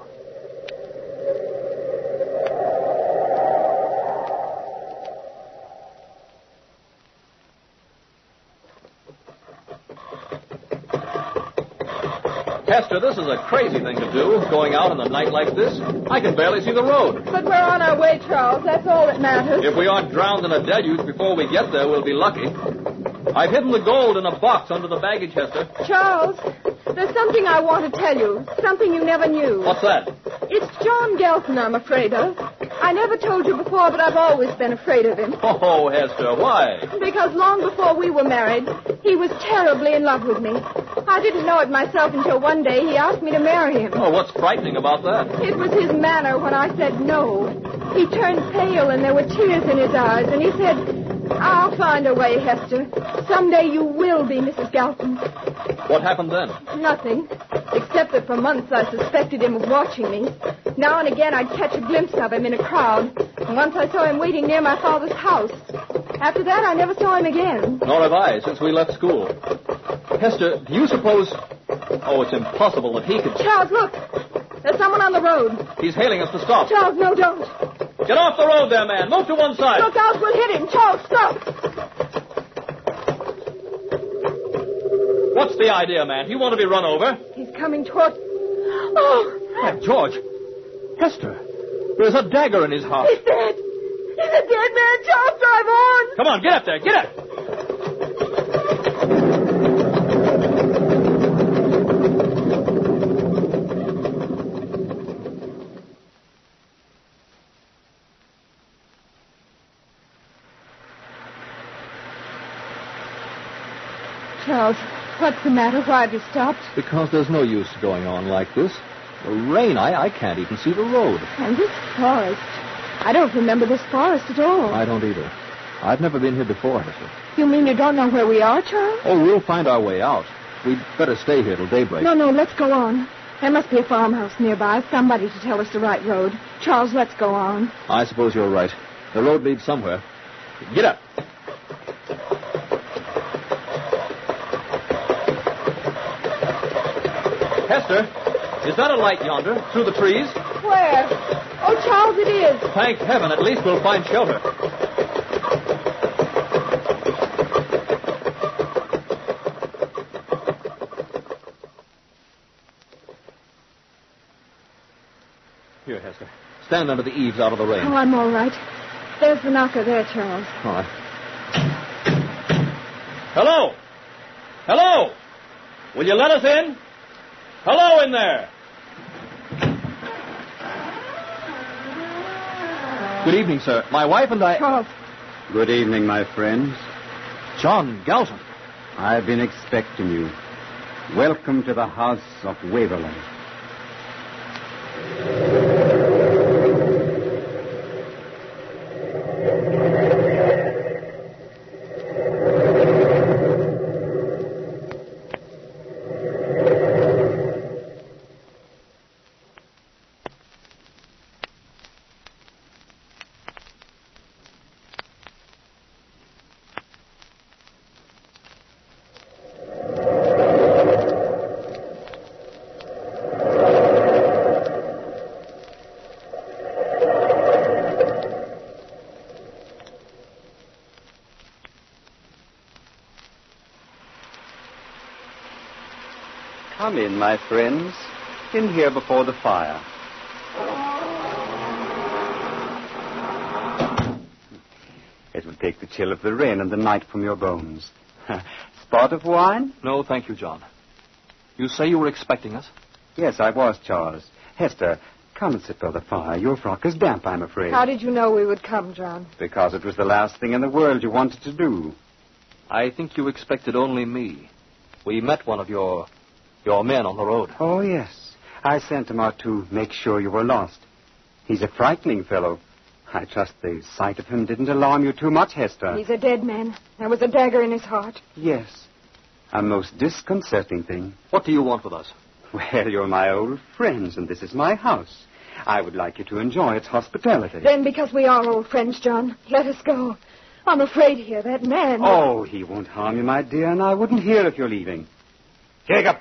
S8: Hester, this is a crazy thing to do, going out in the night like this. I can barely see the road.
S10: But we're on our way, Charles. That's all that matters.
S8: If we aren't drowned in a deluge before we get there, we'll be lucky. I've hidden the gold in a box under the baggage, Hester.
S10: Charles, there's something I want to tell you. Something you never knew.
S8: What's that?
S10: It's John Gelton I'm afraid of. I never told you before, but I've always been afraid of him.
S8: Oh, Hester, why?
S10: Because long before we were married, he was terribly in love with me. I didn't know it myself until one day he asked me to marry him.
S8: Oh, what's frightening about that?
S10: It was his manner when I said no. He turned pale and there were tears in his eyes, and he said, I'll find a way, Hester. Someday you will be Mrs. Galton.
S8: What happened then?
S10: Nothing, except that for months I suspected him of watching me. Now and again I'd catch a glimpse of him in a crowd, and once I saw him waiting near my father's house. After that, I never saw him again.
S8: Nor have I since we left school. Hester, do you suppose. Oh, it's impossible that he could.
S10: Charles, look! There's someone on the road.
S8: He's hailing us to stop.
S10: Charles, no, don't.
S8: Get off the road there, man. Move to one side.
S10: Look out, we'll hit him. Charles, stop!
S8: What's the idea, man? You want to be run over?
S10: He's coming toward. Oh!
S8: Why, George. Hester. There's a dagger in his heart.
S10: He's dead. He's a dead man. Charles, drive on.
S8: Come on, get up there. Get up.
S10: Charles, what's the matter? Why have you stopped?
S8: Because there's no use going on like this. The rain, I, I can't even see the road.
S10: And this forest. I don't remember this forest at all.
S8: I don't either. I've never been here before, Hester.
S10: You mean you don't know where we are, Charles?
S8: Oh, we'll find our way out. We'd better stay here till daybreak.
S10: No, no, let's go on. There must be a farmhouse nearby, somebody to tell us the right road. Charles, let's go on.
S8: I suppose you're right. The road leads somewhere. Get up. Hester, is that a light yonder through the trees?
S10: Where? Oh, Charles, it is.
S8: Thank heaven, at least we'll find shelter. Here, Hester. Stand under the eaves out of the rain.
S10: Oh, I'm all right. There's the knocker there, Charles.
S8: All right. Hello? Hello? Will you let us in? Hello in there. Good evening, sir. My wife and I.
S10: Charles,
S12: Good evening, my friends.
S8: John Galton.
S12: I've been expecting you. Welcome to the house of Waverley. Come in, my friends. In here before the fire. It will take the chill of the rain and the night from your bones. Spot of wine?
S8: No, thank you, John. You say you were expecting us?
S12: Yes, I was, Charles. Hester, come and sit by the fire. Your frock is damp, I'm afraid.
S10: how did you know we would come, John?
S12: Because it was the last thing in the world you wanted to do.
S8: I think you expected only me. We met one of your your men on the road.
S12: Oh, yes. I sent him out to make sure you were lost. He's a frightening fellow. I trust the sight of him didn't alarm you too much, Hester.
S10: He's a dead man. There was a dagger in his heart.
S12: Yes. A most disconcerting thing.
S8: What do you want with us?
S12: Well, you're my old friends, and this is my house. I would like you to enjoy its hospitality.
S10: Then, because we are old friends, John, let us go. I'm afraid here, that man.
S12: Oh, he won't harm you, my dear, and I wouldn't hear if you're leaving. Jacob!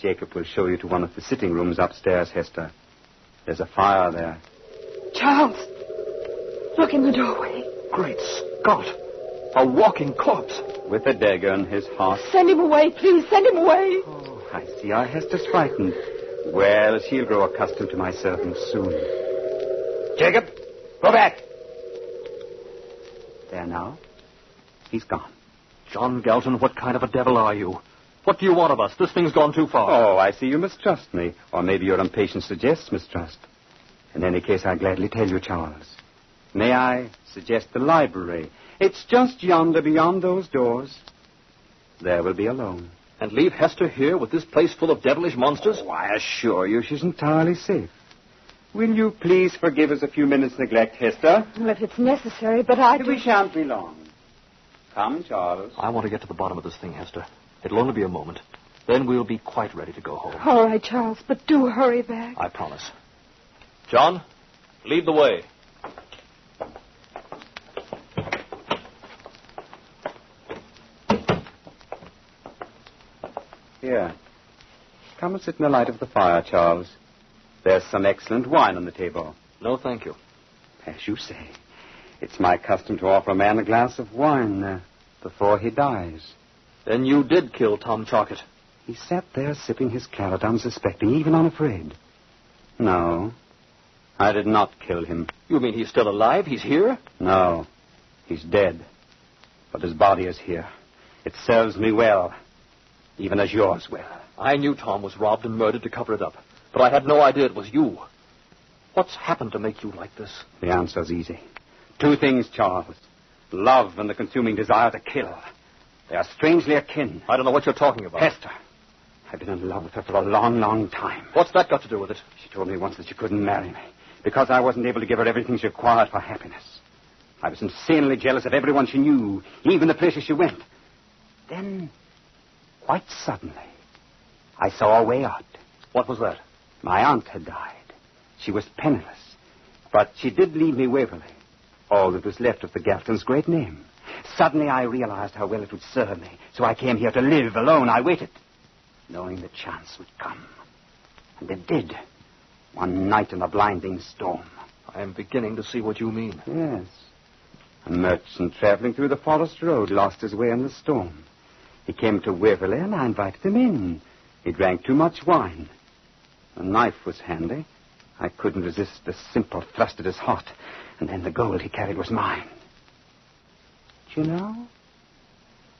S12: Jacob will show you to one of the sitting rooms upstairs, Hester. There's a fire there.
S10: Charles, look in the doorway.
S8: Great Scott! A walking corpse.
S12: With a dagger in his heart.
S10: Send him away, please. Send him away.
S8: Oh,
S12: I see our Hester's frightened. Well, she'll grow accustomed to my servants soon. Jacob, go back. There now. He's gone.
S8: John Galton, what kind of a devil are you? What do you want of us? This thing's gone too far.
S12: Oh, I see you mistrust me. Or maybe your impatience suggests mistrust. In any case, I gladly tell you, Charles. May I suggest the library? It's just yonder beyond those doors. There we'll be alone.
S8: And leave Hester here with this place full of devilish monsters?
S12: Oh, I assure you she's entirely safe. Will you please forgive us a few minutes' neglect, Hester?
S10: Well, if it's necessary, but I.
S12: We shan't be long. Come, Charles.
S8: I want to get to the bottom of this thing, Hester. It'll only be a moment. Then we'll be quite ready to go home.
S10: All right, Charles, but do hurry back.
S8: I promise. John, lead the way.
S12: Here. Come and sit in the light of the fire, Charles. There's some excellent wine on the table.
S8: No, thank you.
S12: As you say, it's my custom to offer a man a glass of wine uh, before he dies.
S8: Then you did kill Tom Chalkett.
S12: He sat there sipping his claret, unsuspecting, even unafraid. No, I did not kill him.
S8: You mean he's still alive? He's here?
S12: No, he's dead. But his body is here. It serves me well, even as yours will.
S8: I knew Tom was robbed and murdered to cover it up, but I had no idea it was you. What's happened to make you like this?
S12: The answer's easy. Two things, Charles love and the consuming desire to kill. They are strangely akin.
S8: I don't know what you're talking about.
S12: Hester, I've been in love with her for a long, long time.
S8: What's that got to do with it?
S12: She told me once that she couldn't marry me because I wasn't able to give her everything she required for happiness. I was insanely jealous of everyone she knew, even the places she went. Then, quite suddenly, I saw a way out.
S8: What was that?
S12: My aunt had died. She was penniless, but she did leave me Waverley, all that was left of the Galton's great name. Suddenly I realized how well it would serve me, so I came here to live alone. I waited, knowing the chance would come. And it did. One night in a blinding storm.
S8: I am beginning to see what you mean.
S12: Yes. A merchant traveling through the forest road lost his way in the storm. He came to Waverley and I invited him in. He drank too much wine. A knife was handy. I couldn't resist the simple thrust at his heart, and then the gold he carried was mine. Do you know?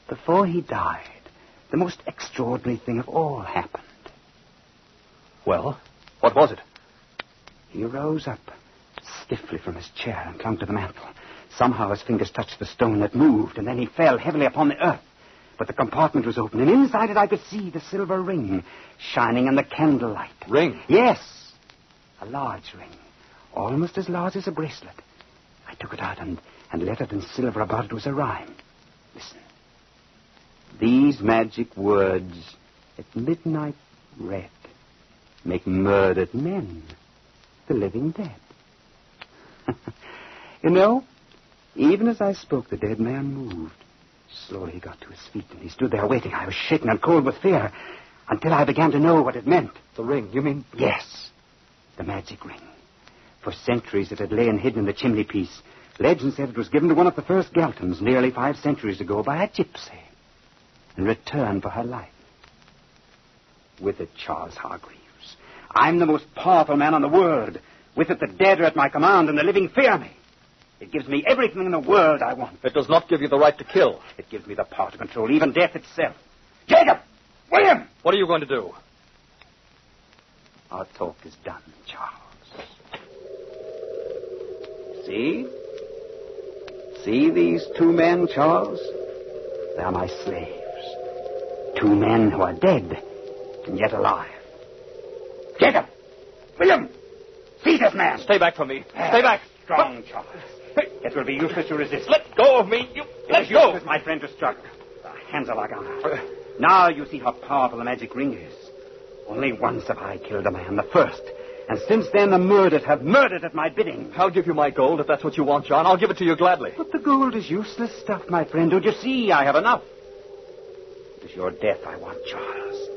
S12: Before he died, the most extraordinary thing of all happened.
S8: Well, what was it?
S12: He rose up stiffly from his chair and clung to the mantel. Somehow his fingers touched the stone that moved, and then he fell heavily upon the earth. But the compartment was open, and inside it I could see the silver ring shining in the candlelight.
S8: Ring?
S12: Yes, a large ring, almost as large as a bracelet. I took it out and, and lettered in silver about it was a rhyme. Listen. These magic words at midnight read make murdered men the living dead. you know, even as I spoke, the dead man moved. Slowly he got to his feet and he stood there waiting. I was shaken and cold with fear until I began to know what it meant.
S8: The ring, you mean?
S12: Yes, the magic ring. For centuries it had lain hidden in the chimney piece. Legend said it was given to one of the first Galtons nearly five centuries ago by a gypsy in return for her life. With it, Charles Hargreaves. I'm the most powerful man in the world. With it, the dead are at my command and the living fear me. It gives me everything in the world I want.
S8: It does not give you the right to kill.
S12: It gives me the power to control even death itself. Jacob! William!
S8: What are you going to do?
S12: Our talk is done, Charles. See? See these two men, Charles? They're my slaves. Two men who are dead and yet alive. Jacob! William! See this man!
S8: Stay back from me. Stay back.
S12: Strong, Charles. It will be useless to resist.
S8: Let go of me. You
S12: It
S8: let
S12: was
S8: go.
S12: useless, my friend, to struggle. Our hands are like iron. Now you see how powerful the magic ring is. Only once have I killed a man, the first. And since then, the murdered have murdered at my bidding.
S8: I'll give you my gold if that's what you want, John. I'll give it to you gladly.
S12: But the gold is useless stuff, my friend. Don't you see? I have enough. It is your death I want, Charles.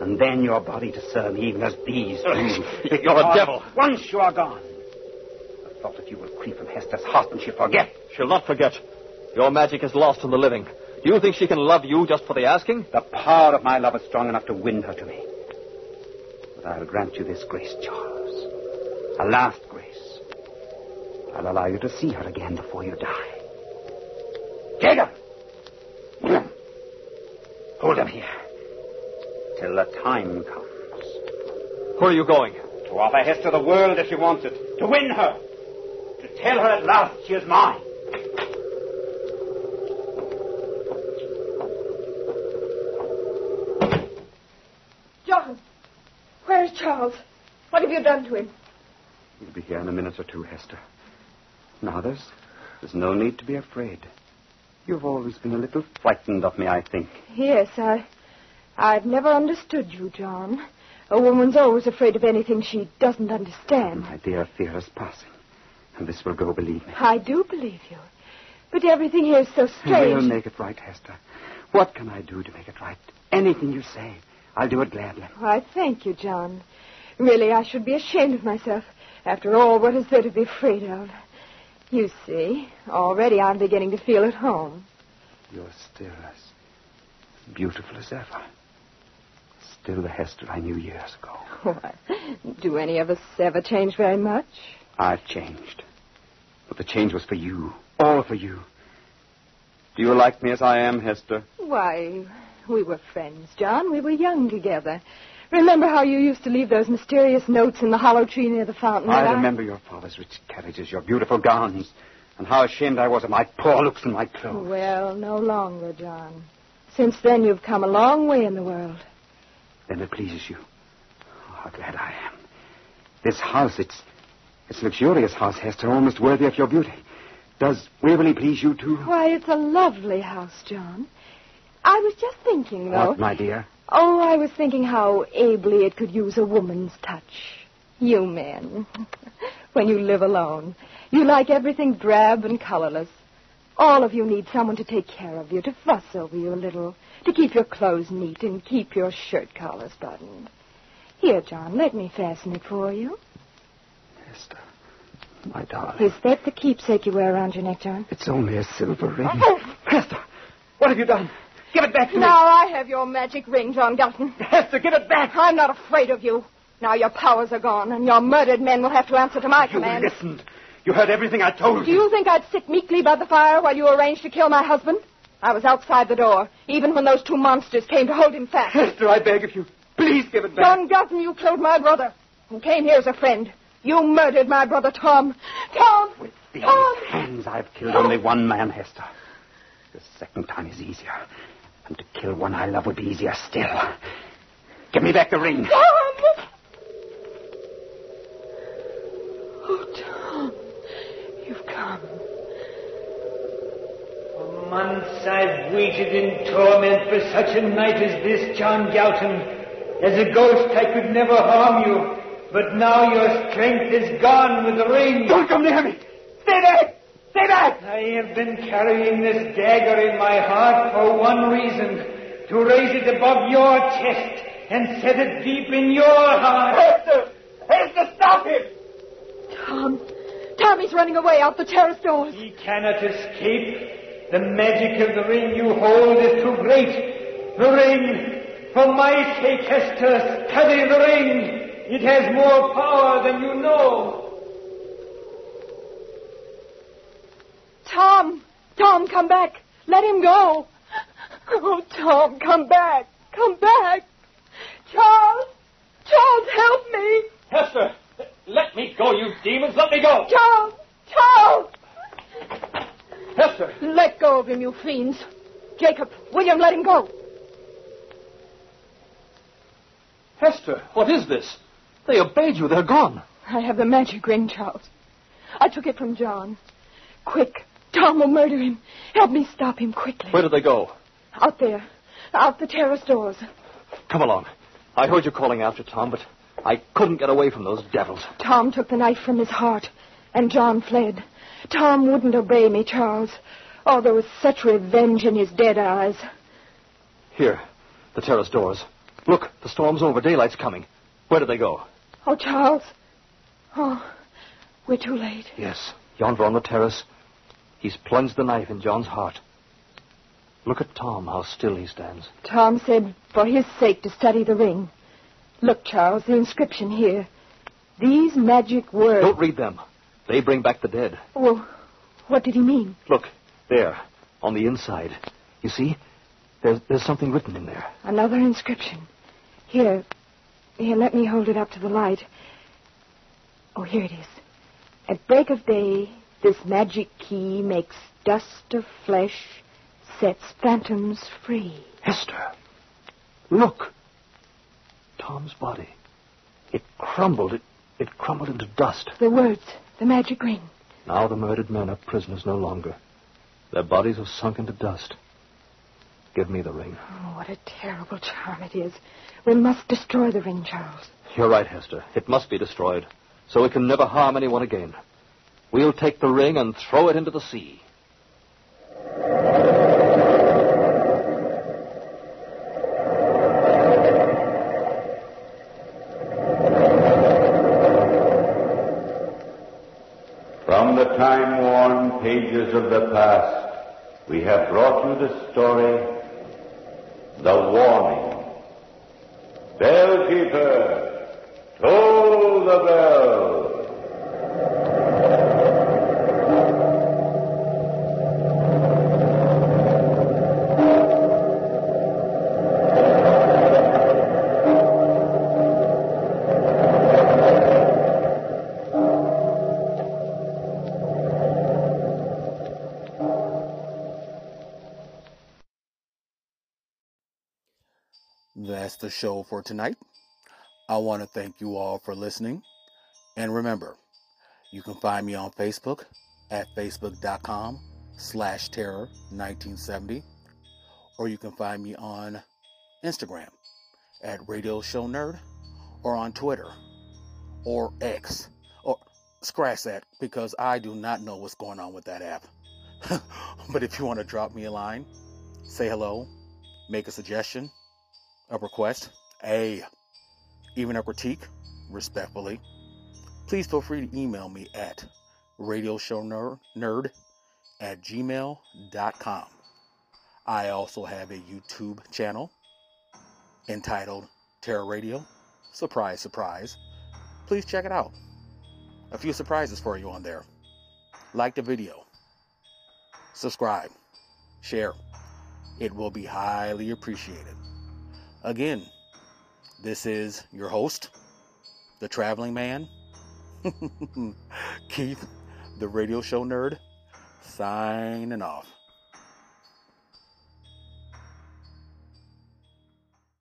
S12: And then your body to serve me even as bees.
S8: You're a devil.
S12: Once you are gone, the thought of you will creep from Hester's heart and she'll forget.
S8: She'll not forget. Your magic is lost in the living.
S13: You think she can love you just for the asking?
S12: The power of my love is strong enough to win her to me. But I'll grant you this grace, Charles. A last grace. I'll allow you to see her again before you die. Jacob! Hold him here. Till the time comes.
S13: Where are you going?
S12: To offer Hester to the world if she wants it. To win her. To tell her at last she is mine.
S14: John, where is Charles? What have you done to him?
S12: He'll be here in a minute or two, Hester. Now, there's, there's no need to be afraid. You've always been a little frightened of me, I think.
S10: Yes, I. I've never understood you, John. A woman's always afraid of anything she doesn't understand.
S12: My dear fear is passing. And this will go, believe me.
S10: I do believe you. But everything here is so
S12: We'll
S10: strange.
S12: make it right, Hester. What can I do to make it right? Anything you say, I'll do it gladly.
S10: I thank you, John. Really, I should be ashamed of myself. After all, what is there to be afraid of? You see, already I'm beginning to feel at home.
S12: You're still as beautiful as ever. Still the Hester I knew years ago.
S10: Why, do any of us ever change very much?
S12: I've changed. But the change was for you. All for you. Do you like me as I am, Hester?
S10: Why, we were friends, John. We were young together. Remember how you used to leave those mysterious notes in the hollow tree near the fountain? that
S12: I remember your father's rich carriages, your beautiful gowns, and how ashamed I was of my poor looks and my clothes.
S10: Well, no longer, John. Since then, you've come a long way in the world.
S12: Then it pleases you. Oh, how glad I am. This house, it's it's a luxurious house, Hester, almost worthy of your beauty. Does Waverley please you too?
S10: Why, it's a lovely house, John. I was just thinking, though.
S12: What, my dear?
S10: Oh, I was thinking how ably it could use a woman's touch. You men, when you live alone, you like everything drab and colorless. All of you need someone to take care of you, to fuss over you a little, to keep your clothes neat and keep your shirt collars buttoned. Here, John, let me fasten it for you.
S12: Hester, my darling.
S10: Is that the keepsake you wear around your neck, John?
S12: It's only a silver ring.
S10: Oh,
S12: Hester, what have you done? Give it back to me.
S14: Now
S10: I have your magic ring, John Galton.
S12: Hester, give it back.
S10: I'm not afraid of you. Now your powers are gone, and your murdered men will have to answer to my
S12: You
S10: command.
S12: listened. You heard everything I told
S10: Do you think I'd sit meekly by the fire while you arranged to kill my husband? I was outside the door, even when those two monsters came to hold him fast.
S12: Hester, I beg of you. Please give it back.
S10: John Galton, you killed my brother, and came here as a friend. You murdered my brother Tom. Tom! Tom!
S12: Hands, I've killed only one man, Hester. The second time is easier. And to kill one I love would be easier still. Give me back the ring.
S10: Tom! Oh, Tom. You've come.
S6: Months I've waited in torment for such a night as this, John Galton. As a ghost, I could never harm you. But now your strength is gone with the rain. Don't come near me! Stay back! Stay back! I have been carrying this dagger in my heart for one reason. To raise it above your chest and set it deep in your heart. Hester! Hester, stop him!
S10: Tom. Tom, he's running away out the terrace doors.
S6: He cannot escape. The magic of the ring you hold is too great. The ring, for my sake, Hester, study the ring. It has more power than you know.
S10: Tom! Tom, come back! Let him go! Oh, Tom, come back! Come back! Charles! Charles, help me!
S13: Hester! Let me go, you demons! Let me go!
S10: Charles! Charles!
S13: Hester!
S10: Let go of him, you fiends! Jacob, William, let him go!
S13: Hester! What is this? They obeyed you. They're gone.
S10: I have the magic ring, Charles. I took it from John. Quick! Tom will murder him. Help me stop him quickly.
S13: Where did they go?
S10: Out there. Out the terrace doors.
S13: Come along. I heard you calling after Tom, but I couldn't get away from those devils.
S10: Tom took the knife from his heart, and John fled. Tom wouldn't obey me, Charles. Oh, there was such revenge in his dead eyes.
S13: Here, the terrace doors. Look, the storm's over. Daylight's coming. Where did they go?
S10: Oh, Charles. Oh, we're too late.
S13: Yes, yonder on the terrace. He's plunged the knife in John's heart.
S8: Look at Tom, how still he stands.
S10: Tom said for his sake to study the ring. Look, Charles, the inscription here. These magic words.
S8: Don't read them. They bring back the dead.
S10: Well, what did he mean?
S8: Look, there, on the inside. You see? There's, there's something written in there.
S10: Another inscription. Here. Here, let me hold it up to the light. Oh, here it is. At break of day, this magic key makes dust of flesh, sets phantoms free.
S8: Hester, look. Tom's body. It crumbled. It, it crumbled into dust.
S10: The words, the magic ring.
S8: Now the murdered men are prisoners no longer. Their bodies have sunk into dust. Give me the ring.
S10: Oh, what a terrible charm it is. We must destroy the ring, Charles.
S8: You're right, Hester. It must be destroyed, so it can never harm anyone again. We'll take the ring and throw it into the sea.
S9: From the time worn pages of the past, we have brought you the story The Warning. Bellkeeper, toll the bell.
S1: That's the show for tonight. I want to thank you all for listening. And remember, you can find me on Facebook at facebook.com slash terror 1970. Or you can find me on Instagram at Radio Show Nerd or on Twitter or X or scratch that because I do not know what's going on with that app. but if you want to drop me a line, say hello, make a suggestion, a request, a even a critique, respectfully, please feel free to email me at radioshowner at gmail.com. I also have a YouTube channel entitled Terror Radio. Surprise, surprise. Please check it out. A few surprises for you on there. Like the video, subscribe, share. It will be highly appreciated. Again, this is your host, the traveling man, Keith, the radio show nerd, signing off.